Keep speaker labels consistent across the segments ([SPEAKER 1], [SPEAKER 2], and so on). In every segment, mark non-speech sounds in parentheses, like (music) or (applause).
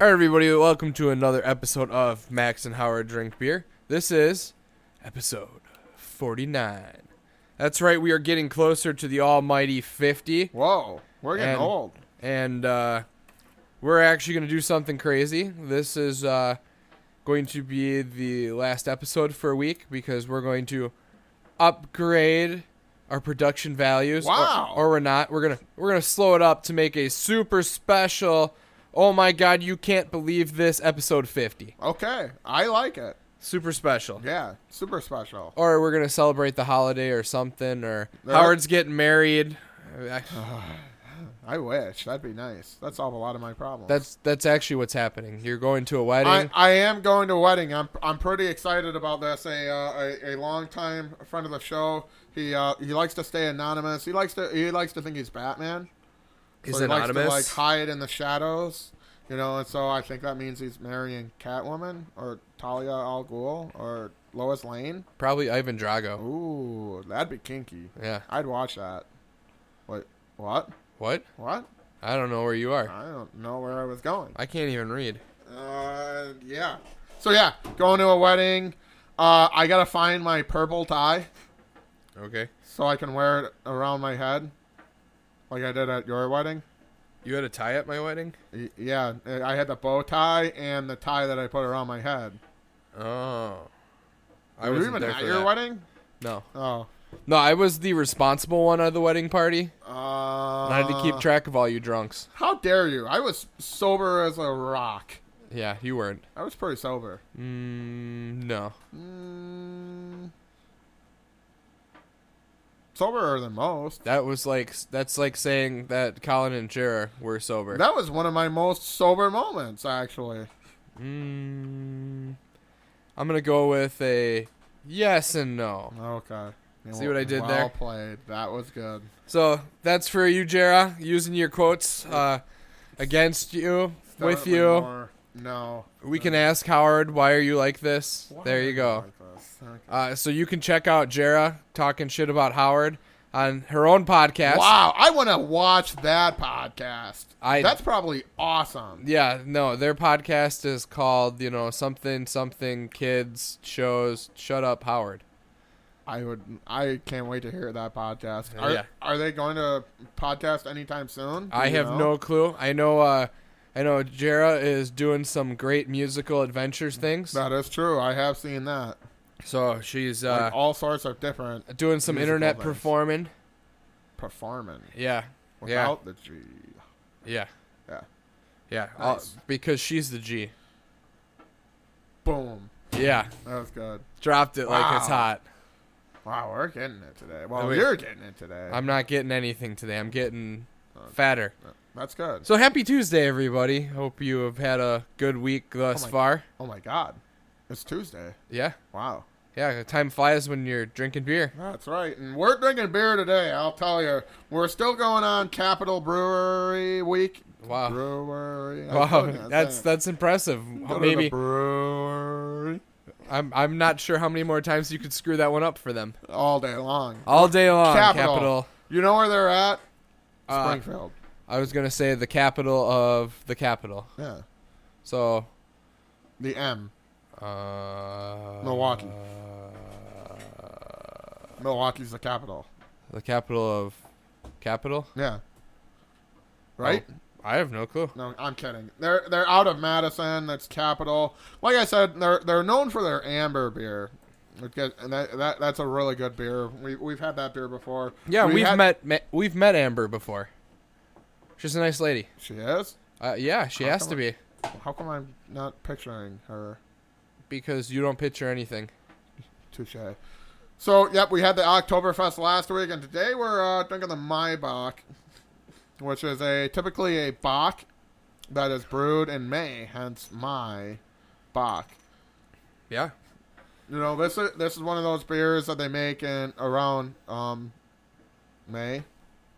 [SPEAKER 1] Alright, everybody, welcome to another episode of Max and Howard Drink Beer. This is episode 49. That's right, we are getting closer to the almighty 50,
[SPEAKER 2] Whoa, we're getting
[SPEAKER 1] And-
[SPEAKER 2] old.
[SPEAKER 1] and uh, we're actually going to do something crazy. This is uh, going to be the last episode for a week because we're going to upgrade our production values or-
[SPEAKER 2] Wow.
[SPEAKER 1] or, we're not we're gonna we're gonna slow it up to make a super special oh my god you can't believe this episode 50
[SPEAKER 2] Okay, I like it.
[SPEAKER 1] super special.
[SPEAKER 2] Yeah, super special.
[SPEAKER 1] Or we're gonna celebrate the holiday or something. Or
[SPEAKER 2] There Oh. are-
[SPEAKER 1] Howard's getting married. I-
[SPEAKER 2] I wish that'd be nice. That solve a lot of my problems.
[SPEAKER 1] That's that's actually what's happening. You're going to a wedding.
[SPEAKER 2] I, I am going to a wedding. I'm I'm pretty excited about this. A uh, a, a long time friend of the show. He uh, he likes to stay anonymous. He likes to he likes to think he's Batman.
[SPEAKER 1] He's
[SPEAKER 2] so he
[SPEAKER 1] anonymous.
[SPEAKER 2] Likes to, like hide in the shadows, you know. And so I think that means he's marrying Catwoman or Talia al Ghul or Lois Lane.
[SPEAKER 1] Probably Ivan Drago.
[SPEAKER 2] Ooh, that'd be kinky.
[SPEAKER 1] Yeah.
[SPEAKER 2] I'd watch that. Wait, what?
[SPEAKER 1] What?
[SPEAKER 2] What?
[SPEAKER 1] I don't know where you are.
[SPEAKER 2] I don't know where I was going.
[SPEAKER 1] Uh, I can't even read.
[SPEAKER 2] Uh, yeah. So yeah, going to a wedding. Uh, I gotta find my purple tie
[SPEAKER 1] Okay.
[SPEAKER 2] so I can wear it around my head, like I did at your wedding.
[SPEAKER 1] You had a tie at my wedding.
[SPEAKER 2] Y- yeah, I had the bow tie and the tie that I put around my head.
[SPEAKER 1] Oh. I
[SPEAKER 2] Were you
[SPEAKER 1] wasn't
[SPEAKER 2] even
[SPEAKER 1] there
[SPEAKER 2] at
[SPEAKER 1] for
[SPEAKER 2] your
[SPEAKER 1] that.
[SPEAKER 2] wedding?
[SPEAKER 1] No.
[SPEAKER 2] Oh.
[SPEAKER 1] No, I was the responsible one at the wedding party.
[SPEAKER 2] Uh,
[SPEAKER 1] and I had to keep track of all you drunks.
[SPEAKER 2] How dare you? I was sober as a rock.
[SPEAKER 1] Yeah, you weren't.
[SPEAKER 2] I was pretty sober.
[SPEAKER 1] Mm, no.
[SPEAKER 2] Mm, soberer than most.
[SPEAKER 1] That was like that's like saying that Colin and Cher were sober.
[SPEAKER 2] That was one of my most sober moments, actually.
[SPEAKER 1] Mm, I'm gonna go with a yes and no.
[SPEAKER 2] Okay.
[SPEAKER 1] See what I did
[SPEAKER 2] well
[SPEAKER 1] there?
[SPEAKER 2] played. That was good.
[SPEAKER 1] So that's for you, Jera, using your quotes uh, against you, with
[SPEAKER 2] Definitely
[SPEAKER 1] you.
[SPEAKER 2] more- No.
[SPEAKER 1] We can ask Howard, why are you like this? There you go. Uh, so you can check out Jera talking shit about Howard on her own podcast.
[SPEAKER 2] wow, I want to watch that podcast.
[SPEAKER 1] I-
[SPEAKER 2] That's probably awesome.
[SPEAKER 1] Yeah, no, their podcast is called, you know, something something kids shows shut up Howard.
[SPEAKER 2] I would. I can't wait to hear that podcast. Are,
[SPEAKER 1] Yeah.
[SPEAKER 2] are they going to podcast anytime soon? Do
[SPEAKER 1] I
[SPEAKER 2] you
[SPEAKER 1] have
[SPEAKER 2] know?
[SPEAKER 1] no clue. I know uh I know Jera is doing some great musical adventures things.
[SPEAKER 2] That is true. I have seen that.
[SPEAKER 1] So she's uh
[SPEAKER 2] Like all sorts of different
[SPEAKER 1] doing some
[SPEAKER 2] musical
[SPEAKER 1] internet
[SPEAKER 2] things.
[SPEAKER 1] performing.
[SPEAKER 2] performing
[SPEAKER 1] Yeah.
[SPEAKER 2] without the G.
[SPEAKER 1] Yeah.
[SPEAKER 2] Yeah.
[SPEAKER 1] Yeah. Uh,
[SPEAKER 2] Nice.
[SPEAKER 1] because she's the G.
[SPEAKER 2] Boom.
[SPEAKER 1] Yeah.
[SPEAKER 2] That was good.
[SPEAKER 1] Dropped it like it's
[SPEAKER 2] Wow.
[SPEAKER 1] hot.
[SPEAKER 2] Wow, we're getting it today. Well,
[SPEAKER 1] Wait.
[SPEAKER 2] you're getting it today.
[SPEAKER 1] I'm not getting anything today. I'm getting fatter.
[SPEAKER 2] Uh, That's good.
[SPEAKER 1] So happy Tuesday everybody. Hope you have had a good week thus
[SPEAKER 2] my-
[SPEAKER 1] far.
[SPEAKER 2] oh my God, it's Tuesday.
[SPEAKER 1] Yeah.
[SPEAKER 2] Wow.
[SPEAKER 1] Yeah, time flies when you're drinking beer.
[SPEAKER 2] That's right. And we're drinking beer today. I'll tell you, we're still going on Capital Brewery Week.
[SPEAKER 1] Wow.
[SPEAKER 2] Brewery. I couldn't, I
[SPEAKER 1] (laughs) Wow, that's
[SPEAKER 2] think.
[SPEAKER 1] that's impressive.
[SPEAKER 2] Go to the
[SPEAKER 1] Maybe
[SPEAKER 2] brewery
[SPEAKER 1] I'm I'm not sure how many more times you could screw that one up for them.
[SPEAKER 2] all day long.
[SPEAKER 1] All day long,
[SPEAKER 2] Capital.
[SPEAKER 1] capital.
[SPEAKER 2] You know where they're at?
[SPEAKER 1] Uh,
[SPEAKER 2] Springfield.
[SPEAKER 1] I was gonna say the capital of the capital.
[SPEAKER 2] Yeah.
[SPEAKER 1] So,
[SPEAKER 2] The M.
[SPEAKER 1] uh,
[SPEAKER 2] Milwaukee.
[SPEAKER 1] uh,
[SPEAKER 2] Milwaukee's the capital.
[SPEAKER 1] the capital of capital.
[SPEAKER 2] Yeah. Right?
[SPEAKER 1] I have no clue.
[SPEAKER 2] No, I'm kidding. They're they're out of Madison. That's capital. Like I said, they're they're known for their amber beer. Okay, and that, that that's a really good beer. We we've had that beer before.
[SPEAKER 1] Yeah,
[SPEAKER 2] We
[SPEAKER 1] we have
[SPEAKER 2] had-
[SPEAKER 1] met, met we've met Amber before. She's a nice lady.
[SPEAKER 2] She is.
[SPEAKER 1] Uh, yeah, she
[SPEAKER 2] How
[SPEAKER 1] has
[SPEAKER 2] come
[SPEAKER 1] to
[SPEAKER 2] I-
[SPEAKER 1] be
[SPEAKER 2] How come I'm not picturing her?
[SPEAKER 1] because you don't picture anything.
[SPEAKER 2] Touche. So yep, we had the Oktoberfest last week, and today we're uh, drinking the Maibach, which is a typically a Bach that is brewed in May, hence my Bach.
[SPEAKER 1] Yeah.
[SPEAKER 2] You know, this is this is one of those beers that they make in around um May.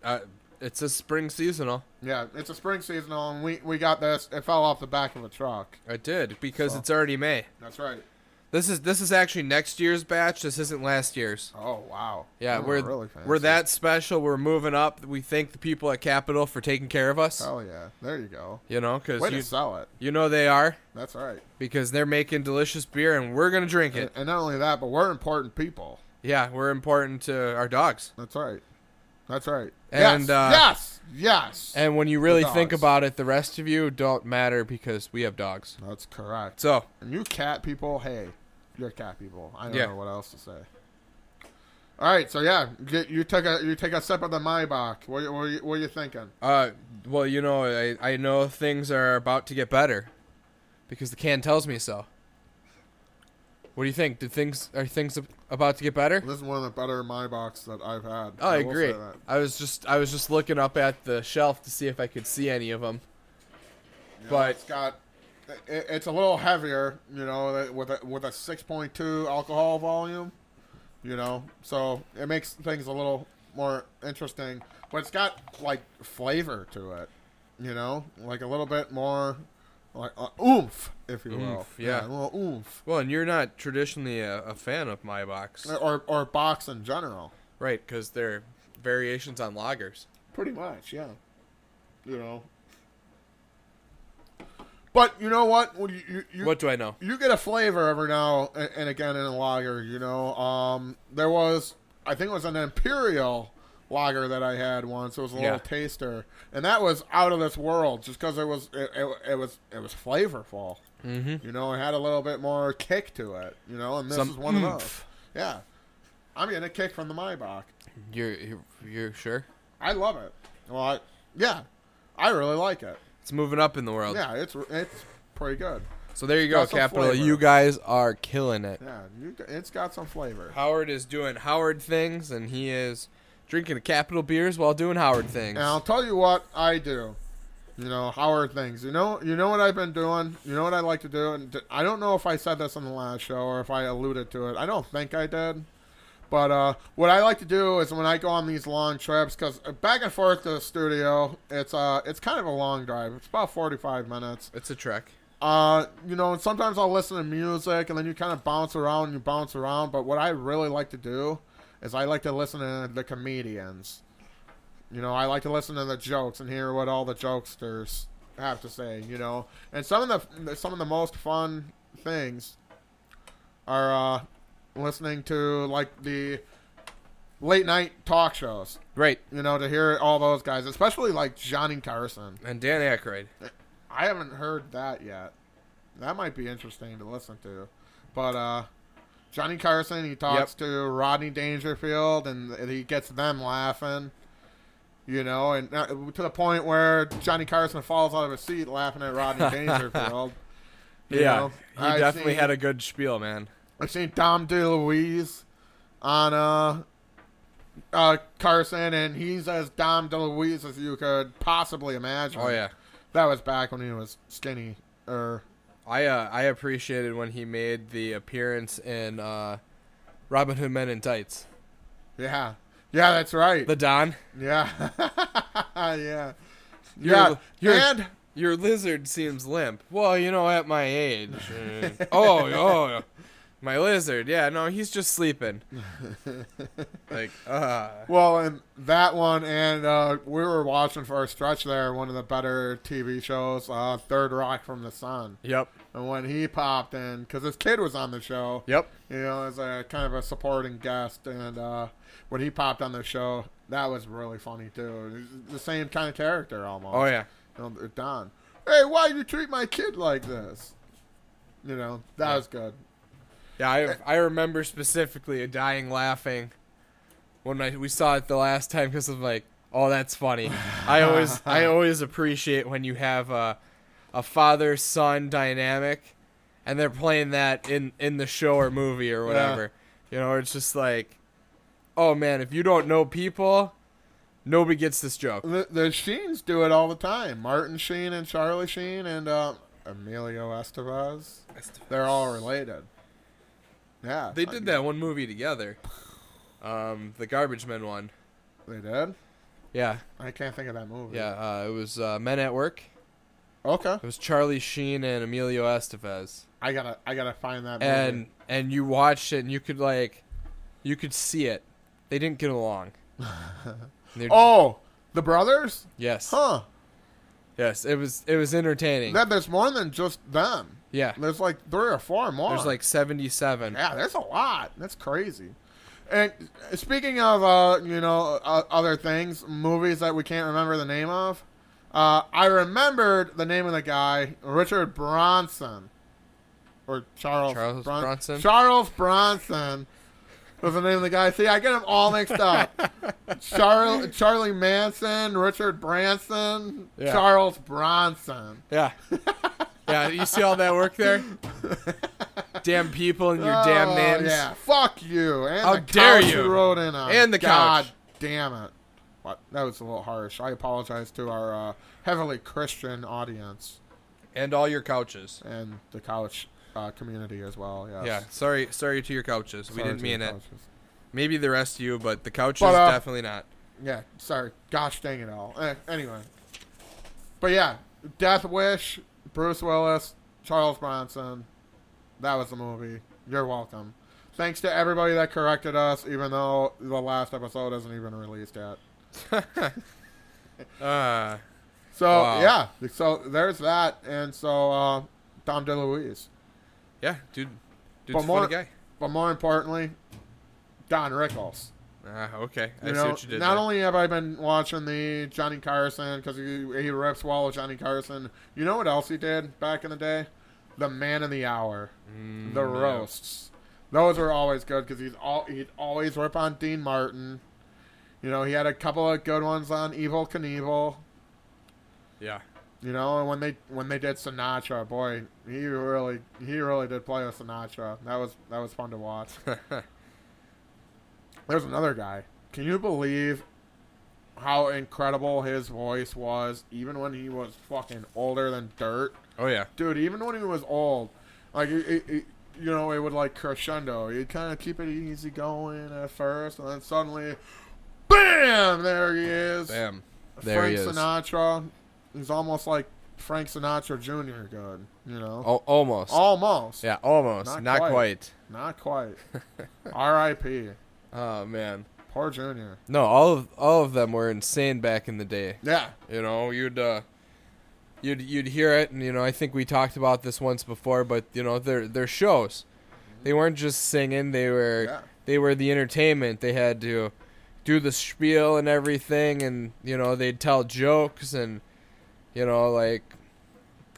[SPEAKER 1] Uh, it's a spring seasonal.
[SPEAKER 2] Yeah, it's a spring seasonal, and we we got this. It fell off the back of a truck.
[SPEAKER 1] I did because
[SPEAKER 2] So-
[SPEAKER 1] it's already May.
[SPEAKER 2] That's right.
[SPEAKER 1] This is this is actually next year's batch. This isn't last year's.
[SPEAKER 2] Oh wow.
[SPEAKER 1] Yeah,
[SPEAKER 2] Ooh,
[SPEAKER 1] we're we're
[SPEAKER 2] fancy.
[SPEAKER 1] that special. We're moving up. We thank the people at Capitol for taking care of us.
[SPEAKER 2] Hell yeah! There you go.
[SPEAKER 1] You know,
[SPEAKER 2] Way
[SPEAKER 1] because
[SPEAKER 2] to
[SPEAKER 1] you,
[SPEAKER 2] sell it.
[SPEAKER 1] you know they are
[SPEAKER 2] That's right.
[SPEAKER 1] because they're making delicious beer and we're gonna drink
[SPEAKER 2] And,
[SPEAKER 1] it.
[SPEAKER 2] and not only that, but we're important people.
[SPEAKER 1] Yeah, we're important to our dogs.
[SPEAKER 2] That's right. That's right. yes.
[SPEAKER 1] And, uh,
[SPEAKER 2] yes. Yes.
[SPEAKER 1] And when you really
[SPEAKER 2] dogs.
[SPEAKER 1] think about it, the rest of you don't matter because we have dogs.
[SPEAKER 2] That's correct.
[SPEAKER 1] So
[SPEAKER 2] And you cat people, hey, you're cat people. I don't
[SPEAKER 1] Yeah.
[SPEAKER 2] know what else to say. All right, so yeah, get, you take a you take a sip of the Maybach. What you- what you, what you thinking?
[SPEAKER 1] Uh, well, you know, I, I know things are about to get better because the can tells me so. What do you think? Did things are things ab- about to get better?
[SPEAKER 2] This is one of the better Maybachs that I've had.
[SPEAKER 1] Oh, I
[SPEAKER 2] will
[SPEAKER 1] agree.
[SPEAKER 2] say that.
[SPEAKER 1] I was just I was just looking up at the shelf to see if I could see any of them.
[SPEAKER 2] You know,
[SPEAKER 1] But-
[SPEAKER 2] it's got it, it's a little heavier, you know, with a with a 6.2 alcohol volume, you know. So, it makes things a little more interesting, but it's got like flavor to it, you know, like a little bit more like uh, oomph, if you will.
[SPEAKER 1] Oomph, yeah.
[SPEAKER 2] a little oomph.
[SPEAKER 1] Well, and you're not traditionally a, a fan of my box, Right,
[SPEAKER 2] Or or box in general.
[SPEAKER 1] right? Because they're variations on lagers.
[SPEAKER 2] Pretty much, yeah. You know. But you know what? When you, you, you,
[SPEAKER 1] What do I know?
[SPEAKER 2] you get a flavor every now and, and again in a lager, you know. Um, there was, I think it was an imperial lager that I had once. It was a little
[SPEAKER 1] Yeah.
[SPEAKER 2] taster, and that was out of this world just because it was it, it, it was it was flavorful.
[SPEAKER 1] Mm-hmm.
[SPEAKER 2] You know, it had a little bit more kick to it. You know, and this
[SPEAKER 1] Some
[SPEAKER 2] is one of those.
[SPEAKER 1] oomph.
[SPEAKER 2] Yeah, I'm getting a kick from the Maybach.
[SPEAKER 1] You're, you're you're sure?
[SPEAKER 2] I love it. Well, I, yeah, I really like it.
[SPEAKER 1] It's moving up in the world.
[SPEAKER 2] Yeah, it's it's pretty good.
[SPEAKER 1] So there you go,
[SPEAKER 2] Got some
[SPEAKER 1] Capital.
[SPEAKER 2] flavor.
[SPEAKER 1] You guys are killing it.
[SPEAKER 2] Yeah, you, it's got some flavor.
[SPEAKER 1] Howard is doing Howard things, and he is drinking capital beers while doing Howard things.
[SPEAKER 2] And I'll tell you what I do. You know, how are things? You know, you know what I've been doing. You know what I like to do, and d- I don't know if I said this on the last show or if I alluded to it. I don't think I did. But uh, what I like to do is when I go on these long trips, because back and forth to the studio, it's uh, it's kind of a long drive. It's about forty-five minutes.
[SPEAKER 1] it's a trek.
[SPEAKER 2] Uh, you know, and sometimes I'll listen to music and then you kind of bounce around and you bounce around. But what I really like to do is I like to listen to the comedians. You know, I like to listen to the jokes and hear what all the jokesters have to say. You know, and some of the some of the most fun things are uh, listening to like the late night talk shows.
[SPEAKER 1] Right.
[SPEAKER 2] You know, to hear all those guys, especially like Johnny Carson.
[SPEAKER 1] And Dan Aykroyd.
[SPEAKER 2] I haven't heard that yet. That might be interesting to listen to. But uh, Johnny Carson, he talks to Rodney Dangerfield, and and he gets them laughing. You know, and uh, to the point where Johnny Carson falls out of his seat laughing
[SPEAKER 1] (laughs)
[SPEAKER 2] at Rodney Dangerfield. You know,
[SPEAKER 1] he
[SPEAKER 2] I've
[SPEAKER 1] definitely
[SPEAKER 2] seen-
[SPEAKER 1] had a good spiel, man.
[SPEAKER 2] I've seen Dom DeLuise on uh, uh, Carson, and he's as Dom DeLuise as you could possibly imagine.
[SPEAKER 1] Oh yeah.
[SPEAKER 2] That was back when he was skinny. er, Or
[SPEAKER 1] I uh, I appreciated when he made the appearance in uh, Robin Hood Men in Tights.
[SPEAKER 2] Yeah. Yeah, that's right.
[SPEAKER 1] The Don,
[SPEAKER 2] yeah. (laughs) yeah.
[SPEAKER 1] You're-
[SPEAKER 2] yeah.
[SPEAKER 1] you're-
[SPEAKER 2] and (laughs)
[SPEAKER 1] your lizard seems limp. Well, you know, at my age. (laughs) uh, oh, oh, my lizard. Yeah, no, he's just sleeping. like, uh,
[SPEAKER 2] well, and that one and uh, we were watching for a stretch there one of the better TV shows, uh, Third Rock from the Sun.
[SPEAKER 1] yep,
[SPEAKER 2] And when he popped in cuz his kid was on the show,
[SPEAKER 1] yep.
[SPEAKER 2] you know, as a kind of a supporting guest and uh, when he popped on the show, that was really funny too. The same kind of character almost.
[SPEAKER 1] Oh yeah.
[SPEAKER 2] you know, Don, hey, why you treat my kid like this? You know, that
[SPEAKER 1] Yeah.
[SPEAKER 2] was good.
[SPEAKER 1] Yeah, I, I remember specifically dying laughing when I, we saw it the last time because I'm like, oh, that's funny. I always I always appreciate when you have a, a father son dynamic, and they're playing that in in the show or movie or whatever. You know, it's just like, oh man, if you don't know people, nobody gets this joke.
[SPEAKER 2] The, the Sheens do it all the time. Martin Sheen and Charlie Sheen and uh, Emilio Estevez. They're all related. Yeah.
[SPEAKER 1] They
[SPEAKER 2] I-
[SPEAKER 1] did that one movie together, um, the Garbage Men one.
[SPEAKER 2] They did?
[SPEAKER 1] Yeah,
[SPEAKER 2] I can't think of that movie.
[SPEAKER 1] yeah, uh, it was uh, Men at Work.
[SPEAKER 2] Okay.
[SPEAKER 1] It was Charlie Sheen and Emilio Estevez.
[SPEAKER 2] I gotta I gotta find that. Movie.
[SPEAKER 1] And and you watched it and you could like you could see it. They didn't get
[SPEAKER 2] (laughs)
[SPEAKER 1] along. They're-
[SPEAKER 2] oh, the brothers?
[SPEAKER 1] yes.
[SPEAKER 2] Huh?
[SPEAKER 1] Yes, it was it was entertaining.
[SPEAKER 2] That there's more than just them.
[SPEAKER 1] yeah.
[SPEAKER 2] There's like three or four more.
[SPEAKER 1] There's like 77.
[SPEAKER 2] yeah, there's a lot. That's crazy. And speaking of uh, you know uh, other things, movies that we can't remember the name of, uh, I remembered the name of the guy, Richard Bronson, or Charles
[SPEAKER 1] Charles
[SPEAKER 2] Bron-
[SPEAKER 1] Bronson?
[SPEAKER 2] Charles Bronson was the name of the guy. See, I get them all mixed up.
[SPEAKER 1] (laughs)
[SPEAKER 2] Charlie Charlie Manson, Richard Branson,
[SPEAKER 1] Yeah.
[SPEAKER 2] Charles Bronson. (laughs)
[SPEAKER 1] Yeah. yeah, you see all that work there? damn people and your damn
[SPEAKER 2] Oh,
[SPEAKER 1] names.
[SPEAKER 2] Yeah, fuck you. And
[SPEAKER 1] How
[SPEAKER 2] the
[SPEAKER 1] dare
[SPEAKER 2] couch
[SPEAKER 1] you.
[SPEAKER 2] Wrote in on.
[SPEAKER 1] And the
[SPEAKER 2] God
[SPEAKER 1] couch.
[SPEAKER 2] damn it. What? That was a little harsh. I apologize to our uh, heavily Christian audience
[SPEAKER 1] And all your couches.
[SPEAKER 2] and the college uh, community as well. Yes.
[SPEAKER 1] Yeah, sorry sorry to your couches. we
[SPEAKER 2] Sorry
[SPEAKER 1] didn't
[SPEAKER 2] to
[SPEAKER 1] mean
[SPEAKER 2] the
[SPEAKER 1] it.
[SPEAKER 2] couches.
[SPEAKER 1] Maybe the rest of you, but the couches
[SPEAKER 2] But, uh,
[SPEAKER 1] definitely not.
[SPEAKER 2] Yeah, sorry. Gosh dang it all. Eh, anyway. But yeah, Death Wish, Bruce Willis, Charles Bronson. That was the movie. You're welcome. Thanks to everybody that corrected us, even though the last episode isn't even released yet.
[SPEAKER 1] (laughs) Uh,
[SPEAKER 2] So
[SPEAKER 1] Wow.
[SPEAKER 2] yeah, so there's that, and so uh, Tom DeLuise.
[SPEAKER 1] yeah, dude. Dude's
[SPEAKER 2] But
[SPEAKER 1] a
[SPEAKER 2] more-
[SPEAKER 1] funny guy.
[SPEAKER 2] But more importantly, Don Rickles.
[SPEAKER 1] Ah, okay. I
[SPEAKER 2] You
[SPEAKER 1] see
[SPEAKER 2] know,
[SPEAKER 1] what you did.
[SPEAKER 2] not
[SPEAKER 1] there.
[SPEAKER 2] only have I been watching the Johnny Carson because he, he rips well with Johnny Carson. You know what else he did back in the day? The Man of the Hour,
[SPEAKER 1] Mm,
[SPEAKER 2] the
[SPEAKER 1] yeah.
[SPEAKER 2] roasts. Those were always good because he's all he'd always rip on Dean Martin. You know, he had a couple of good ones on Evil Knievel.
[SPEAKER 1] Yeah. (laughs)
[SPEAKER 2] You know, and when they when they did Sinatra, boy, he really he really did play with Sinatra. That was that was fun to watch. There's another guy. Can you believe how incredible his voice was, even when he was fucking older than dirt,
[SPEAKER 1] oh yeah.
[SPEAKER 2] dude? Even when he was old, like it, it, it- you know, it would like crescendo. You'd kind of keep it easy going at first, and then suddenly, bam! There he is.
[SPEAKER 1] Bam. There
[SPEAKER 2] Frank
[SPEAKER 1] he is.
[SPEAKER 2] Sinatra. He's almost like Frank Sinatra Jr. Good, you know.
[SPEAKER 1] Al- almost.
[SPEAKER 2] Almost.
[SPEAKER 1] yeah, almost.
[SPEAKER 2] Not
[SPEAKER 1] Not,
[SPEAKER 2] quite.
[SPEAKER 1] quite. (laughs)
[SPEAKER 2] Not quite. R.I.P.
[SPEAKER 1] Oh man.
[SPEAKER 2] Poor Jr.
[SPEAKER 1] No, all of all of them were insane back in the day.
[SPEAKER 2] Yeah.
[SPEAKER 1] You know, you'd uh, you'd you'd hear it, and you know, I think we talked about this once before, but you know, their their shows, they weren't just singing; they were
[SPEAKER 2] Yeah.
[SPEAKER 1] they were the entertainment. They had to do the spiel and everything, and you know, they'd tell jokes and you know, like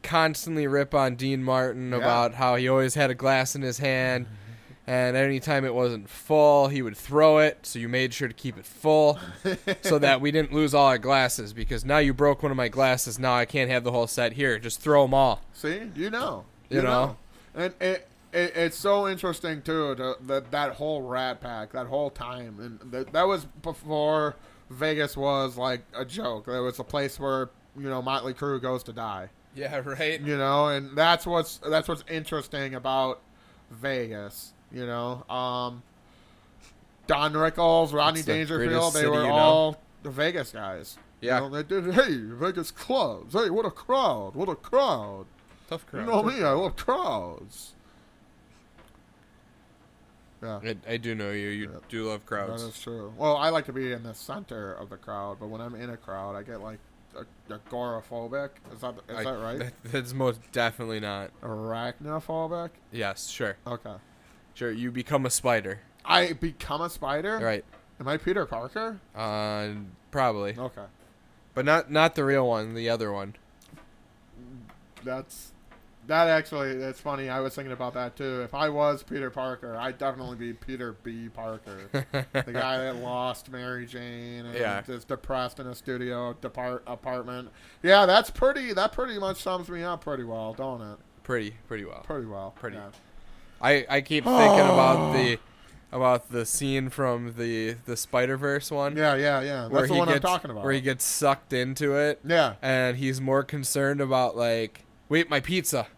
[SPEAKER 1] constantly rip on Dean Martin
[SPEAKER 2] Yeah.
[SPEAKER 1] about how he always had a glass in his (laughs) hand. And anytime it wasn't full, he would throw it. So you made sure to keep it (laughs) full
[SPEAKER 2] (laughs)
[SPEAKER 1] so that we didn't lose all our glasses because now you broke one of my glasses. Now I can't have the whole set here. Just throw them all.
[SPEAKER 2] See, you know.
[SPEAKER 1] You know.
[SPEAKER 2] And it, it it's so interesting too to, that that whole Rat Pack, that whole time, and that that was before Vegas was like a joke. There was a place where you know Motley Crue goes to die.
[SPEAKER 1] Yeah, right.
[SPEAKER 2] you know and that's what's that's what's interesting about vegas you know um don rickles rodney
[SPEAKER 1] It's the
[SPEAKER 2] dangerfield
[SPEAKER 1] greatest
[SPEAKER 2] they
[SPEAKER 1] city
[SPEAKER 2] were
[SPEAKER 1] you know.
[SPEAKER 2] all the vegas guys
[SPEAKER 1] Yeah.
[SPEAKER 2] you know, they did hey vegas clubs hey what a crowd what a crowd
[SPEAKER 1] Tough crowd.
[SPEAKER 2] you know me i love crowds yeah
[SPEAKER 1] I, I do know you. You
[SPEAKER 2] Yeah.
[SPEAKER 1] do love
[SPEAKER 2] that
[SPEAKER 1] crowds.
[SPEAKER 2] is true well i like to be in the center of the crowd but when i'm in a crowd i get like a- agoraphobic is that is
[SPEAKER 1] I-
[SPEAKER 2] that
[SPEAKER 1] (laughs)
[SPEAKER 2] right
[SPEAKER 1] that- that's most definitely not.
[SPEAKER 2] arachnophobic
[SPEAKER 1] Yes, sure.
[SPEAKER 2] okay
[SPEAKER 1] Sure, you become a spider.
[SPEAKER 2] I become a spider?
[SPEAKER 1] Right.
[SPEAKER 2] Am I Peter Parker?
[SPEAKER 1] Uh, probably.
[SPEAKER 2] Okay.
[SPEAKER 1] But not not the real one, the other one. (laughs)
[SPEAKER 2] That's that actually that's funny. I was thinking about that too. If I was Peter Parker, I'd definitely be Peter B. Parker. the guy that lost Mary Jane and
[SPEAKER 1] Yeah.
[SPEAKER 2] is depressed in a studio depart- apartment. Yeah, that's pretty that pretty much sums me up pretty well, don't it?
[SPEAKER 1] pretty, pretty well.
[SPEAKER 2] Pretty well.
[SPEAKER 1] Pretty.
[SPEAKER 2] yeah.
[SPEAKER 1] I, I
[SPEAKER 2] (gasps)
[SPEAKER 1] keep thinking about the about the scene from the the Spider Verse one.
[SPEAKER 2] Yeah, yeah, yeah. That's the one I'm talking about.
[SPEAKER 1] Where he gets sucked into it
[SPEAKER 2] yeah.
[SPEAKER 1] and he's more concerned about like wait, my pizza. (laughs)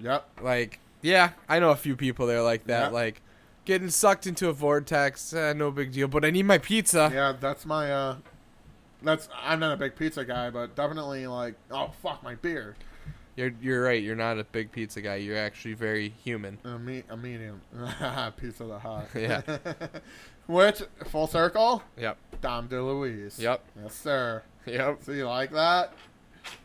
[SPEAKER 2] Yep.
[SPEAKER 1] Like, yeah, I know a few people there like that,
[SPEAKER 2] Yeah.
[SPEAKER 1] like getting sucked into a vortex, eh, no big deal, but I need my pizza.
[SPEAKER 2] Yeah, that's my uh That's I'm not a big pizza guy, but definitely like oh fuck my beer.
[SPEAKER 1] You're you're right. You're not a big pizza guy. You're actually very human.
[SPEAKER 2] A, me- a medium (laughs) pizza the hot.
[SPEAKER 1] (laughs) Yeah.
[SPEAKER 2] (laughs) Which full circle,
[SPEAKER 1] Yep.
[SPEAKER 2] Dom DeLuise.
[SPEAKER 1] Yep.
[SPEAKER 2] Yes, sir.
[SPEAKER 1] Yep.
[SPEAKER 2] So you like that?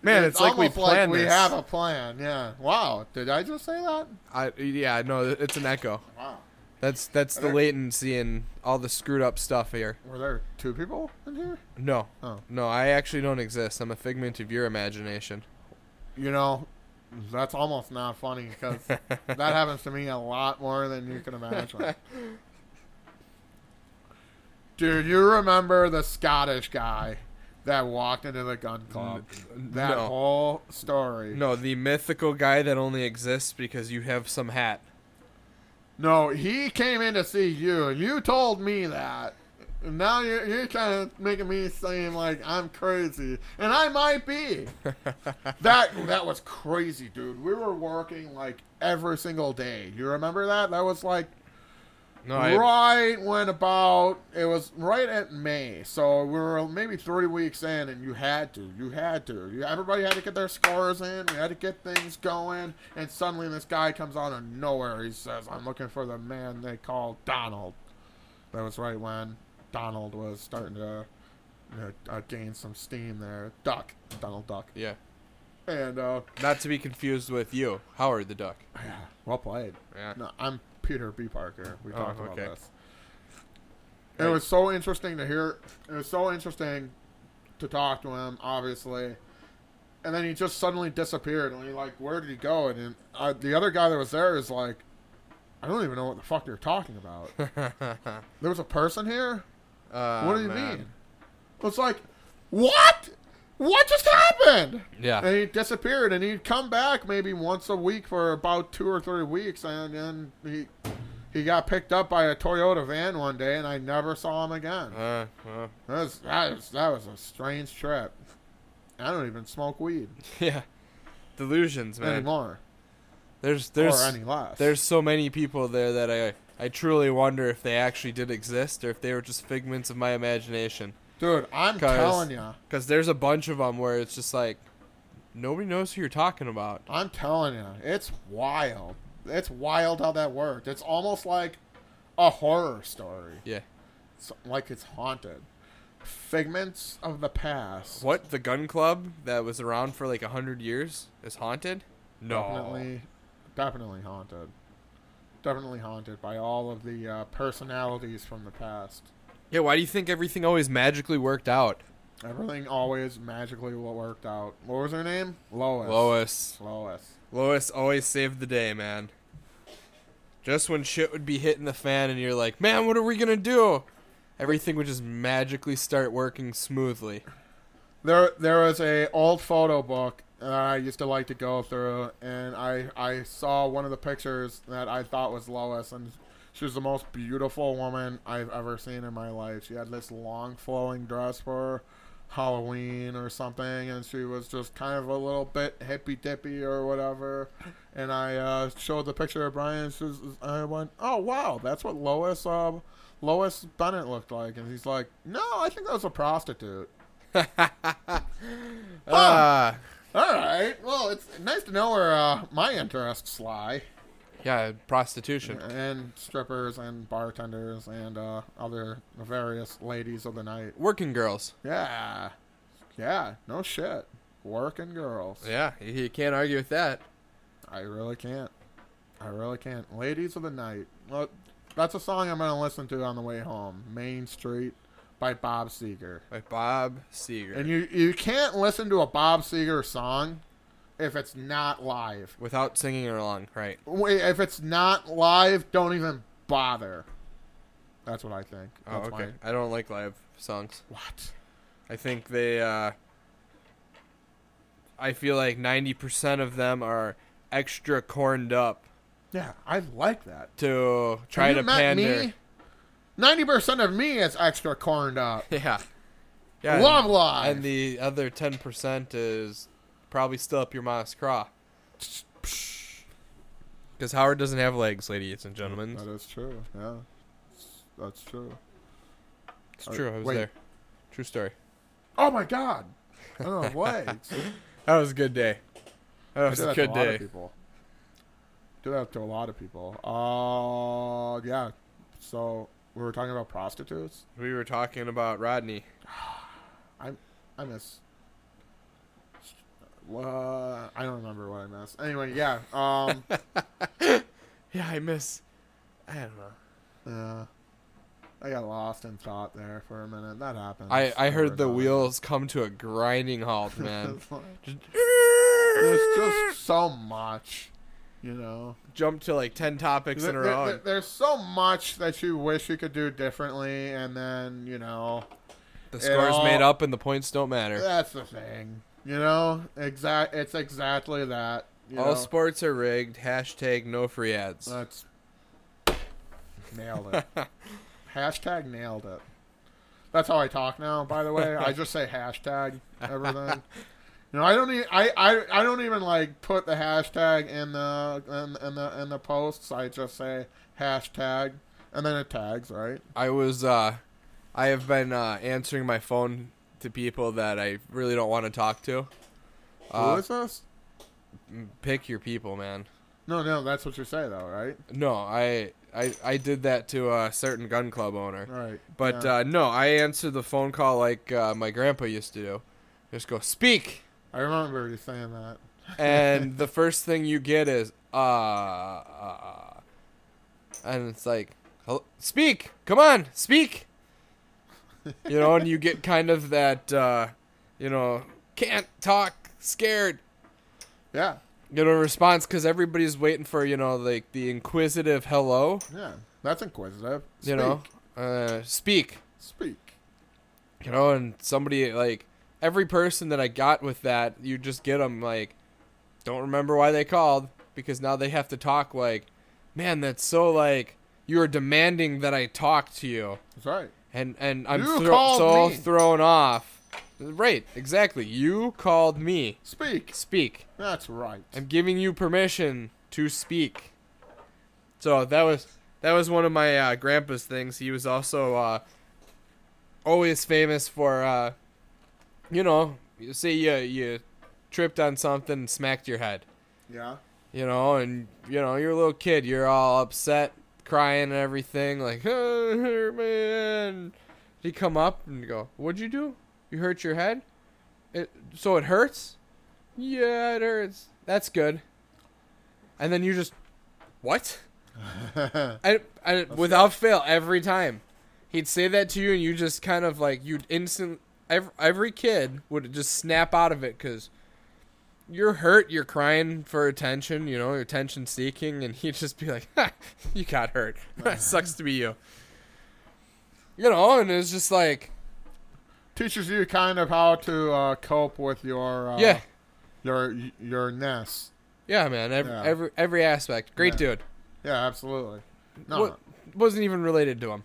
[SPEAKER 1] Man, it's, like we
[SPEAKER 2] almost
[SPEAKER 1] planned
[SPEAKER 2] We
[SPEAKER 1] this.
[SPEAKER 2] have a plan. Yeah. Wow. Did I just say that?
[SPEAKER 1] I, yeah, no, it's an echo.
[SPEAKER 2] Wow.
[SPEAKER 1] That's that's the
[SPEAKER 2] There-
[SPEAKER 1] latency and all the screwed up stuff here.
[SPEAKER 2] Were there two people in here?
[SPEAKER 1] No,
[SPEAKER 2] Oh.
[SPEAKER 1] no, I actually don't exist. I'm a figment of your imagination.
[SPEAKER 2] You know, that's almost not funny
[SPEAKER 1] (laughs)
[SPEAKER 2] because that happens to me a lot more than you
[SPEAKER 1] (laughs)
[SPEAKER 2] can imagine. Dude, you remember the Scottish guy that walked into the gun club? That
[SPEAKER 1] no.
[SPEAKER 2] whole story.
[SPEAKER 1] No, the mythical guy that only exists because you have some hat.
[SPEAKER 2] No, he came in to see you, and you told me that. And now you're, you're kind of making me seem like I'm crazy, and I might be. that that was crazy, dude. We were working like every single day. You remember that? That was like
[SPEAKER 1] (laughs) No, I,
[SPEAKER 2] right when about it was right at May, so we were maybe three weeks in, and you had to, you had to, you, everybody had to get their scores in, we had to get things going, and suddenly this guy comes out of nowhere. He says, "I'm looking for the man they call Donald." That was right when Donald was starting to you know, uh, gain some steam there. Duck, Donald Duck,
[SPEAKER 1] yeah,
[SPEAKER 2] and uh, (sighs)
[SPEAKER 1] not to be confused with you, Howard the Duck.
[SPEAKER 2] well played.
[SPEAKER 1] Yeah, (laughs)
[SPEAKER 2] No, I'm Peter B. Parker. We
[SPEAKER 1] Oh,
[SPEAKER 2] talked about
[SPEAKER 1] okay.
[SPEAKER 2] this. It
[SPEAKER 1] Right.
[SPEAKER 2] was so interesting to hear. It was so interesting to talk to him, obviously. And then he just suddenly disappeared. And you're like, where did he go? And then, uh, the other guy that was there is like, I don't even know what the fuck you're talking about. there was a person here?
[SPEAKER 1] Uh,
[SPEAKER 2] What do you
[SPEAKER 1] man.
[SPEAKER 2] mean? It's like, what? What just happened?
[SPEAKER 1] Yeah,
[SPEAKER 2] And he disappeared, and he'd come back maybe once a week for about two or three weeks, and then he he got picked up by a Toyota van one day, and I never saw him again.
[SPEAKER 1] uh, uh,
[SPEAKER 2] That was, that was, that was a strange trip. I don't even smoke weed
[SPEAKER 1] yeah, delusions, man.
[SPEAKER 2] anymore,
[SPEAKER 1] There's there's
[SPEAKER 2] or any less.
[SPEAKER 1] There's so many people there that I I truly wonder if they actually did exist or if they were just figments of my imagination.
[SPEAKER 2] dude, I'm
[SPEAKER 1] Guys.
[SPEAKER 2] telling you,
[SPEAKER 1] Because there's a bunch of them where it's just like nobody knows who you're talking about.
[SPEAKER 2] I'm telling you, it's wild. It's wild how that worked. It's almost like a horror story.
[SPEAKER 1] Yeah.
[SPEAKER 2] It's like it's haunted. Figments of the past.
[SPEAKER 1] What the gun club that was around for like a hundred years is haunted? No.
[SPEAKER 2] Definitely, definitely haunted. Definitely haunted by all of the uh, personalities from the past.
[SPEAKER 1] Yeah. Why do you think everything always magically worked out?
[SPEAKER 2] Everything always magically wo- worked out. What was her name? Lois.
[SPEAKER 1] Lois.
[SPEAKER 2] Lois.
[SPEAKER 1] Lois always saved the day, man. Just when shit would be hitting the fan and you're like, man, what are we gonna do? Everything would just magically start working smoothly.
[SPEAKER 2] There, there was a old photo book that I used to like to go through, and I, I saw one of the pictures that I thought was Lois, and she was the most beautiful woman I've ever seen in my life. She had this long flowing dress for Halloween or something, and she was just kind of a little bit hippy dippy or whatever. And I uh, showed the picture of Brian. And she was, I went, "Oh wow, that's what Lois, uh, Lois Bennett looked like," and he's like, "No, I think that was a prostitute."
[SPEAKER 1] Ah,
[SPEAKER 2] All right. Well, it's nice to know where uh, my interests lie,
[SPEAKER 1] yeah, prostitution.
[SPEAKER 2] and strippers and bartenders and uh, other various ladies of the night.
[SPEAKER 1] Working girls.
[SPEAKER 2] Yeah, yeah. No shit. Working girls.
[SPEAKER 1] Yeah, you you can't argue with that.
[SPEAKER 2] I really can't. I really can't. Ladies of the night. Well, that's a song I'm gonna listen to on the way home. Main Street by Bob Seger.
[SPEAKER 1] By Bob Seger.
[SPEAKER 2] And you you can't listen to a Bob Seger song if it's not live.
[SPEAKER 1] Without singing it along, right?
[SPEAKER 2] Wait, if it's not live, don't even bother. That's what I think.
[SPEAKER 1] Oh,
[SPEAKER 2] That's
[SPEAKER 1] okay.
[SPEAKER 2] my-
[SPEAKER 1] I don't like live songs.
[SPEAKER 2] what?
[SPEAKER 1] I think they, uh. I feel like 90% of them are extra corned up
[SPEAKER 2] Yeah, I like that.
[SPEAKER 1] to try to pander.
[SPEAKER 2] Ninety percent of me is extra corned up.
[SPEAKER 1] (laughs) Yeah. Yeah. and-
[SPEAKER 2] Love live.
[SPEAKER 1] And the other 10% is probably still up your mom's craw. Because Howard doesn't have legs, ladies and gentlemen.
[SPEAKER 2] that is true. Yeah, that's true.
[SPEAKER 1] It's
[SPEAKER 2] Or-
[SPEAKER 1] true. I was
[SPEAKER 2] wait.
[SPEAKER 1] there. True story.
[SPEAKER 2] Oh my god! I don't know
[SPEAKER 1] (laughs)
[SPEAKER 2] what.
[SPEAKER 1] That was a good day. That
[SPEAKER 2] I
[SPEAKER 1] was
[SPEAKER 2] do
[SPEAKER 1] a
[SPEAKER 2] that to
[SPEAKER 1] good
[SPEAKER 2] a lot of
[SPEAKER 1] day.
[SPEAKER 2] people. Do that to a lot of people. Uh, yeah. So we were talking about prostitutes.
[SPEAKER 1] We were talking about Rodney.
[SPEAKER 2] I miss. Uh, I don't remember what I missed. Anyway, yeah.
[SPEAKER 1] (laughs)
[SPEAKER 2] Um,
[SPEAKER 1] Yeah, I miss. I don't know.
[SPEAKER 2] yeah. I got lost in thought there for a minute. That happens.
[SPEAKER 1] I, I
[SPEAKER 2] We're
[SPEAKER 1] heard the
[SPEAKER 2] not- (laughs)
[SPEAKER 1] wheels come to a grinding (laughs) halt, man.
[SPEAKER 2] It's like-
[SPEAKER 1] Just-
[SPEAKER 2] There's just so much, you know.
[SPEAKER 1] jump to like ten topics in a
[SPEAKER 2] There- there-
[SPEAKER 1] row.
[SPEAKER 2] there-
[SPEAKER 1] and-
[SPEAKER 2] there's so much that you wish you could do differently, and then you know
[SPEAKER 1] The
[SPEAKER 2] it
[SPEAKER 1] score's
[SPEAKER 2] all-
[SPEAKER 1] made up and the points don't matter.
[SPEAKER 2] that's the thing. You know, exact. It's exactly that. You
[SPEAKER 1] All
[SPEAKER 2] know?
[SPEAKER 1] sports are rigged. Hashtag no free ads.
[SPEAKER 2] That's
[SPEAKER 1] (laughs)
[SPEAKER 2] nailed it. hashtag nailed it. That's how I talk now. By the way, I just say hashtag everything. You know, I don't. E- I, I I don't even like put the hashtag in the in, in the in the posts. I just say hashtag, and then it tags right.
[SPEAKER 1] I was uh I have been uh answering my phone to people that I really don't want to talk to.
[SPEAKER 2] Who
[SPEAKER 1] Uh,
[SPEAKER 2] is this?
[SPEAKER 1] m- pick your people, man.
[SPEAKER 2] No, no, that's what you say though, right?
[SPEAKER 1] No, I I I did that to a certain gun club owner.
[SPEAKER 2] Right.
[SPEAKER 1] But
[SPEAKER 2] yeah.
[SPEAKER 1] uh no, I answered the phone call like uh, my grandpa used to do. Just go speak.
[SPEAKER 2] I remember you saying that.
[SPEAKER 1] and the first thing you get is uh, uh and it's like "Hel- speak come on speak you know and you get kind of that uh you know can't talk scared
[SPEAKER 2] Yeah,
[SPEAKER 1] you know response because everybody's waiting for you know like the inquisitive hello
[SPEAKER 2] yeah, that's inquisitive. Speak.
[SPEAKER 1] you know uh speak
[SPEAKER 2] speak.
[SPEAKER 1] you know and somebody like every person that i got with that you just get them like don't remember why they called because now they have to talk like man that's so like you are demanding that i talk to you
[SPEAKER 2] That's right.
[SPEAKER 1] and and i'm
[SPEAKER 2] You
[SPEAKER 1] thro-
[SPEAKER 2] called
[SPEAKER 1] so
[SPEAKER 2] me.
[SPEAKER 1] thrown off right exactly you called me
[SPEAKER 2] Speak.
[SPEAKER 1] speak
[SPEAKER 2] That's right.
[SPEAKER 1] i'm giving you permission to speak so that was that was one of my uh, grandpa's things he was also uh, always famous for uh, you know you say you you tripped on something and smacked your head
[SPEAKER 2] yeah.
[SPEAKER 1] you know and you know you're a little kid you're all upset crying and everything like (laughs) oh, hurt my head." he come up and go what'd you do you hurt your head it, so it hurts yeah it hurts that's good and then you just what I, I, without fail every time he'd say that to you and you just kind of like you'd instant every, every kid would just snap out of it because you're hurt you're crying for attention you know you're attention seeking and he'd just be like ha, you got hurt (laughs)
[SPEAKER 2] (laughs)
[SPEAKER 1] sucks to be you you know and it's just like
[SPEAKER 2] (laughs) Teaches you kind of how to uh, cope with your uh,
[SPEAKER 1] yeah
[SPEAKER 2] your your ness.
[SPEAKER 1] yeah man every
[SPEAKER 2] Yeah.
[SPEAKER 1] every, every aspect great
[SPEAKER 2] Yeah.
[SPEAKER 1] dude
[SPEAKER 2] Yeah, absolutely. No.
[SPEAKER 1] What- wasn't even related to him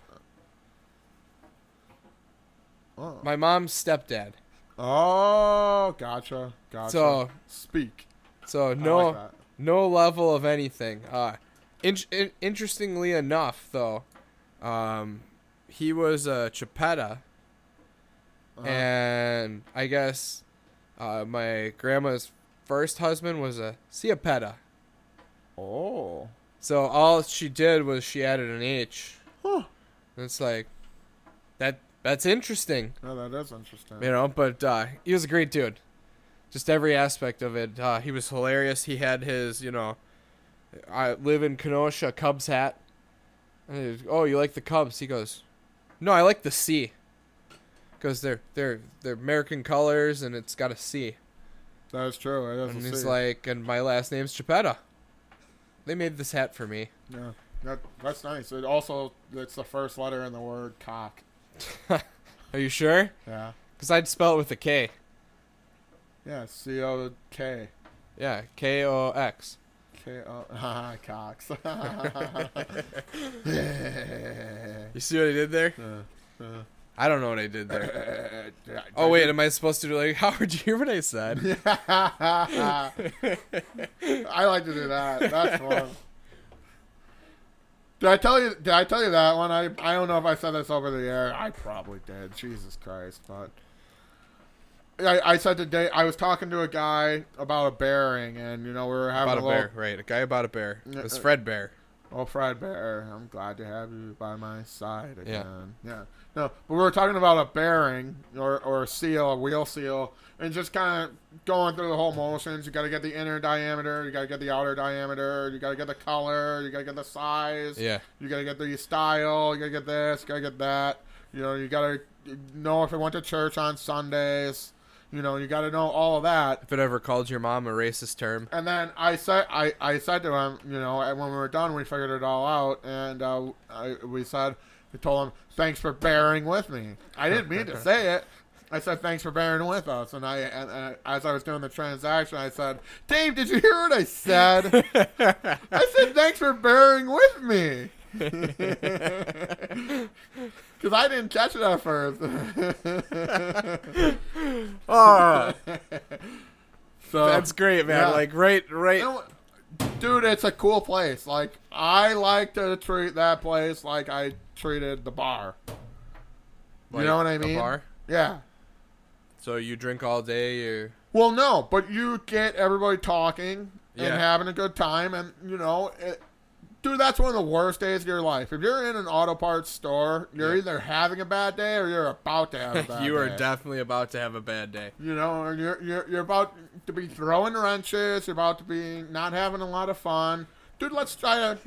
[SPEAKER 2] Oh.
[SPEAKER 1] my mom's stepdad
[SPEAKER 2] Oh, gotcha. Gotcha.
[SPEAKER 1] So-
[SPEAKER 2] speak.
[SPEAKER 1] so
[SPEAKER 2] I
[SPEAKER 1] no
[SPEAKER 2] like that.
[SPEAKER 1] no level of anything. Uh, in- in- interestingly enough, though, um, he was a Chipeta,
[SPEAKER 2] Uh-huh.
[SPEAKER 1] and I guess uh, my grandma's first husband was a Ciapetta.
[SPEAKER 2] oh.
[SPEAKER 1] So all she did was she added an H.
[SPEAKER 2] Huh.
[SPEAKER 1] And it's like that. That's interesting,
[SPEAKER 2] No, that is interesting.
[SPEAKER 1] you know. But uh, he was a great dude. Just every aspect of it. Uh, he was hilarious. He had his, you know, I live in Kenosha Cubs hat. And he was, oh, you like the Cubs? He goes, no, I like the C. Because they're they're they're American colors and it's got a C.
[SPEAKER 2] That is true. It is
[SPEAKER 1] And
[SPEAKER 2] a
[SPEAKER 1] he's
[SPEAKER 2] C.
[SPEAKER 1] like, and my last name's Geppetta. They made this hat for me.
[SPEAKER 2] yeah. That, that's nice. It also it's the first letter in the word cock.
[SPEAKER 1] Are you sure?
[SPEAKER 2] Yeah.
[SPEAKER 1] Because I'd spell it with a K.
[SPEAKER 2] Yeah. C O K.
[SPEAKER 1] Yeah, K O X.
[SPEAKER 2] K O (laughs)
[SPEAKER 1] (laughs)
[SPEAKER 2] cocks.
[SPEAKER 1] You see what I did there?
[SPEAKER 2] Uh, uh.
[SPEAKER 1] I don't know what I did there. uh. Oh wait, am I supposed to do like (laughs) how would you hear what I
[SPEAKER 2] (laughs)
[SPEAKER 1] said?
[SPEAKER 2] I like to do that. That's fun. Did I tell you? Did I tell you that one? I I don't know if I said this over the air. I probably did. Jesus Christ! But I, I said today I was talking to a guy about a bearing, and you know we were having
[SPEAKER 1] About a
[SPEAKER 2] a little
[SPEAKER 1] bear, right? A guy about a bear.
[SPEAKER 2] Yeah,
[SPEAKER 1] It's
[SPEAKER 2] uh,
[SPEAKER 1] Fred Bear.
[SPEAKER 2] Oh, Fred Bear, I'm glad to have you by my side
[SPEAKER 1] Yeah.
[SPEAKER 2] again. Yeah. No, but we were talking about a bearing or, or a seal, a wheel seal, and just kind of going through the whole motions. You got to get the inner diameter, you got to get the outer diameter, you got to get the color, you got to get the size,
[SPEAKER 1] Yeah.
[SPEAKER 2] you got to get the style, you got to get this, you got to get that. You know, you got to know if it went to church on Sundays. You know, you got to know all of that.
[SPEAKER 1] If it ever called your mom a racist
[SPEAKER 2] (laughs)
[SPEAKER 1] term.
[SPEAKER 2] And then I said, I, I said to him, you know, and when we were done, we figured it all out, and uh, I, we said, we told him, thanks for bearing with me. I didn't mean to say it. I said, thanks for bearing with us. And I, and, and as I was doing the transaction, I said, Dave, did you hear what I said?
[SPEAKER 1] (laughs)
[SPEAKER 2] I said, thanks for bearing with me. Because I didn't catch it at first. (laughs)
[SPEAKER 1] (laughs)
[SPEAKER 2] so
[SPEAKER 1] That's great, man.
[SPEAKER 2] Ah. Yeah.
[SPEAKER 1] Like right, right.
[SPEAKER 2] You know what? dude, it's a cool place. Like I like to treat that place like I treated the bar.
[SPEAKER 1] like,
[SPEAKER 2] know what I
[SPEAKER 1] a
[SPEAKER 2] mean?
[SPEAKER 1] bar.
[SPEAKER 2] Yeah.
[SPEAKER 1] So you drink all day. You
[SPEAKER 2] Well, no, but you get everybody talking
[SPEAKER 1] Yeah.
[SPEAKER 2] and having a good time, and you know, it, dude, that's one of the worst days of your life. If you're in an auto parts store, you're
[SPEAKER 1] Yeah.
[SPEAKER 2] either having a bad day or you're about to
[SPEAKER 1] (laughs)
[SPEAKER 2] have a bad
[SPEAKER 1] you are
[SPEAKER 2] day.
[SPEAKER 1] definitely about to have a bad day.
[SPEAKER 2] You know, and you're, you're you're about to be throwing wrenches. You're about to be not having a lot of fun, dude. Let's try to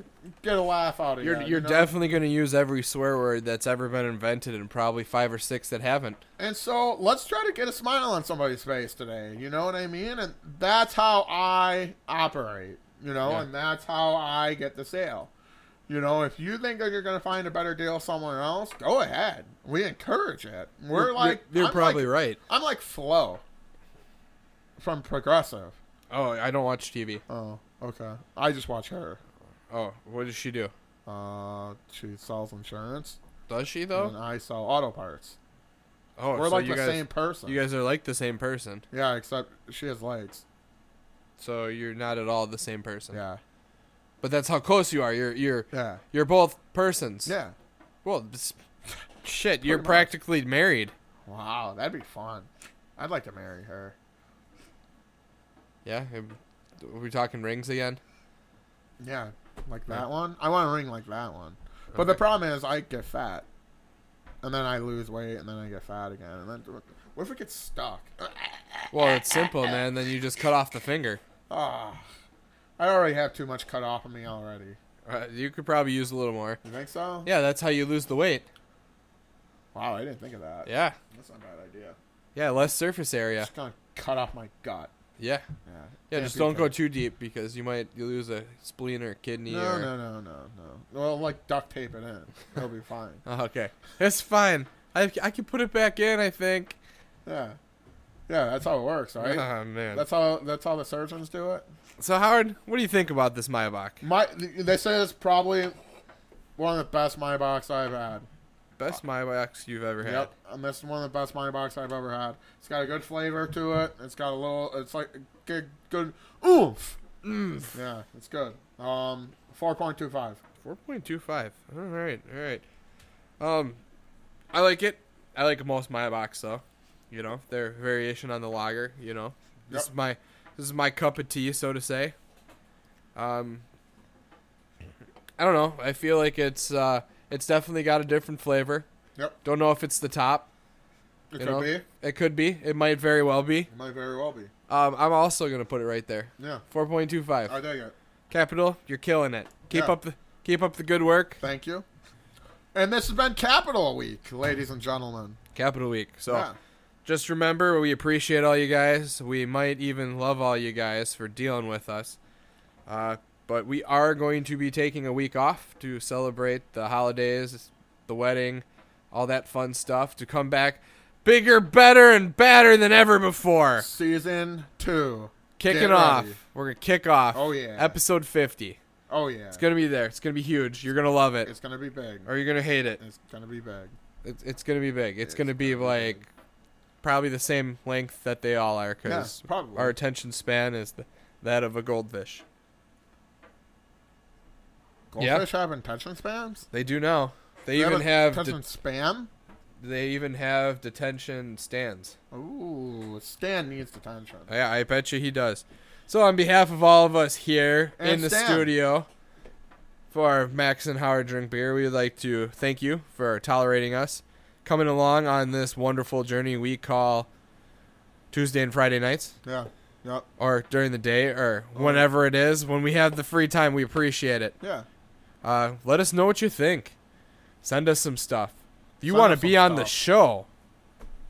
[SPEAKER 2] get a laugh out of
[SPEAKER 1] You're
[SPEAKER 2] you,
[SPEAKER 1] you're
[SPEAKER 2] you know?
[SPEAKER 1] definitely going to use every swear word that's ever been invented, and probably five or six that haven't.
[SPEAKER 2] And so let's try to get a smile on somebody's face today. You know what I mean? And that's how I operate, you know,
[SPEAKER 1] Yeah.
[SPEAKER 2] and that's how I get the sale. You know, if you think that you're going to find a better deal somewhere else, go ahead. We encourage it. We're
[SPEAKER 1] You're-
[SPEAKER 2] like,
[SPEAKER 1] you're, you're
[SPEAKER 2] I'm
[SPEAKER 1] probably
[SPEAKER 2] like,
[SPEAKER 1] right.
[SPEAKER 2] I'm like Flo from Progressive.
[SPEAKER 1] Oh, I don't watch TV.
[SPEAKER 2] Oh, okay. I just watch her.
[SPEAKER 1] Oh, what does she do?
[SPEAKER 2] Uh, she sells insurance,
[SPEAKER 1] Does she though?
[SPEAKER 2] and I sell auto parts.
[SPEAKER 1] Oh,
[SPEAKER 2] We're
[SPEAKER 1] so
[SPEAKER 2] like
[SPEAKER 1] you
[SPEAKER 2] the
[SPEAKER 1] guys,
[SPEAKER 2] same person.
[SPEAKER 1] You guys are like the same person.
[SPEAKER 2] yeah, except she has legs.
[SPEAKER 1] So you're not at all the same person.
[SPEAKER 2] Yeah,
[SPEAKER 1] But that's how close you are. You're you're
[SPEAKER 2] yeah,
[SPEAKER 1] you're both persons.
[SPEAKER 2] yeah.
[SPEAKER 1] Well, this, shit, you're
[SPEAKER 2] much.
[SPEAKER 1] practically married.
[SPEAKER 2] Wow, that'd be fun. I'd like to marry her.
[SPEAKER 1] Yeah. um, Are we talking rings again?
[SPEAKER 2] Yeah, like that one. I want a ring like that one. But the
[SPEAKER 1] Okay.
[SPEAKER 2] problem is, I get fat, and then I lose weight, and then I get fat again, and then what if it gets stuck?
[SPEAKER 1] Well, it's simple, man. Then you just cut off the finger.
[SPEAKER 2] Ah, I already have too much cut off of me already.
[SPEAKER 1] Uh, you could probably use a little more.
[SPEAKER 2] You think so?
[SPEAKER 1] Yeah, that's how you lose the weight.
[SPEAKER 2] Wow, I didn't think of that.
[SPEAKER 1] Yeah.
[SPEAKER 2] That's not a bad idea.
[SPEAKER 1] Yeah, less surface area.
[SPEAKER 2] Just gonna cut off my gut.
[SPEAKER 1] Yeah.
[SPEAKER 2] Yeah.
[SPEAKER 1] Yeah,
[SPEAKER 2] Can't
[SPEAKER 1] just
[SPEAKER 2] be
[SPEAKER 1] don't go
[SPEAKER 2] good.
[SPEAKER 1] too deep because you might you lose a spleen or a kidney
[SPEAKER 2] No,
[SPEAKER 1] or
[SPEAKER 2] no, no, no, no. Well, like duct tape it in. It'll be fine.
[SPEAKER 1] Oh, okay. It's fine. I I can put it back in, I think.
[SPEAKER 2] Yeah. Yeah, that's how it works, right? (laughs)
[SPEAKER 1] Oh man.
[SPEAKER 2] That's how that's how the surgeons do it.
[SPEAKER 1] So Howard, what do you think about this Maybach?
[SPEAKER 2] My this is probably one of the best my box I've had.
[SPEAKER 1] Best Maybachs you've ever had.
[SPEAKER 2] Yep, and this is one of the best my box I've ever had. It's got a good flavor to it. It's got a little. It's like a good, good oomph.
[SPEAKER 1] Mm,
[SPEAKER 2] Yeah, it's good. Um, four point two five.
[SPEAKER 1] 4.25. All right, all right. Um, I like it. I like most Maybachs though. You know, their variation on the lager. You know, this
[SPEAKER 2] Yep.
[SPEAKER 1] is my this is my cup of tea, so to say. Um, I don't know. I feel like it's uh, it's definitely got a different flavor.
[SPEAKER 2] Yep.
[SPEAKER 1] Don't know if it's the top.
[SPEAKER 2] It
[SPEAKER 1] You
[SPEAKER 2] could
[SPEAKER 1] know?
[SPEAKER 2] be.
[SPEAKER 1] It could be. It might very well be.
[SPEAKER 2] It might very well be.
[SPEAKER 1] Um, I'm also gonna put it right there.
[SPEAKER 2] Yeah,
[SPEAKER 1] 4.25.
[SPEAKER 2] I dig it.
[SPEAKER 1] Capital, you're killing it. Keep
[SPEAKER 2] Yeah.
[SPEAKER 1] up the keep up the good work.
[SPEAKER 2] Thank you. And this has been Capital Week, ladies and gentlemen.
[SPEAKER 1] Capital Week. So
[SPEAKER 2] Yeah.
[SPEAKER 1] just remember, we appreciate all you guys. We might even love all you guys for dealing with us. Uh, but we are going to be taking a week off to celebrate the holidays, the wedding, all that fun stuff. To come back bigger, better, and badder than ever before.
[SPEAKER 2] Season two.
[SPEAKER 1] Kicking
[SPEAKER 2] Get
[SPEAKER 1] off.
[SPEAKER 2] ready.
[SPEAKER 1] We're gonna kick off.
[SPEAKER 2] Oh, yeah.
[SPEAKER 1] Episode 50.
[SPEAKER 2] Oh yeah.
[SPEAKER 1] It's gonna be there. It's gonna be huge. You're gonna love it,
[SPEAKER 2] It's gonna be big.
[SPEAKER 1] or you're gonna hate it.
[SPEAKER 2] It's gonna be big.
[SPEAKER 1] It's, it's gonna be big. It's,
[SPEAKER 2] It's
[SPEAKER 1] gonna be
[SPEAKER 2] gonna be
[SPEAKER 1] like
[SPEAKER 2] big.
[SPEAKER 1] probably the same length that they all are because
[SPEAKER 2] Yeah, probably.
[SPEAKER 1] our attention span is th that of a goldfish. Yeah.
[SPEAKER 2] Goldfish have intention spams.
[SPEAKER 1] They do now. They,
[SPEAKER 2] They
[SPEAKER 1] even have
[SPEAKER 2] attention spam.
[SPEAKER 1] They even have detention stands.
[SPEAKER 2] Ooh, Stan needs detention.
[SPEAKER 1] Yeah, I bet you he does. So, on behalf of all of us here
[SPEAKER 2] And
[SPEAKER 1] in the
[SPEAKER 2] Stan.
[SPEAKER 1] studio for Max and Howard Drink Beer, we would like to thank you for tolerating us coming along on this wonderful journey we call Tuesday and Friday nights.
[SPEAKER 2] Yeah. Yep. Oh,
[SPEAKER 1] or during the day or whenever it is when we have the free time we appreciate it
[SPEAKER 2] Yeah.
[SPEAKER 1] uh, let us know what you think send us some stuff if you
[SPEAKER 2] Send
[SPEAKER 1] want to
[SPEAKER 2] us some
[SPEAKER 1] be on the
[SPEAKER 2] stuff.
[SPEAKER 1] show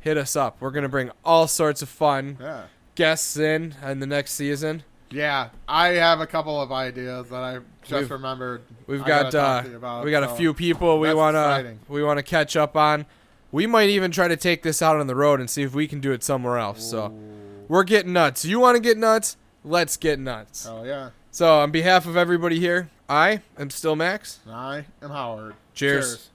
[SPEAKER 1] hit us up we're gonna bring all sorts of fun
[SPEAKER 2] Yeah.
[SPEAKER 1] guests in in the next season
[SPEAKER 2] Yeah. I have a couple of ideas that I just
[SPEAKER 1] We've-
[SPEAKER 2] remembered.
[SPEAKER 1] we've
[SPEAKER 2] I
[SPEAKER 1] got
[SPEAKER 2] gotta talk
[SPEAKER 1] uh,
[SPEAKER 2] to you about,
[SPEAKER 1] we got
[SPEAKER 2] so
[SPEAKER 1] a few people we
[SPEAKER 2] that's
[SPEAKER 1] want to
[SPEAKER 2] exciting.
[SPEAKER 1] we want to catch up on we might even try to take this out on the road and see if we can do it somewhere else so
[SPEAKER 2] Ooh.
[SPEAKER 1] we're getting nuts you want to get nuts let's get nuts
[SPEAKER 2] Oh yeah.
[SPEAKER 1] So, on behalf of everybody here, I am still Max.
[SPEAKER 2] I am Howard.
[SPEAKER 1] Cheers.
[SPEAKER 2] Cheers.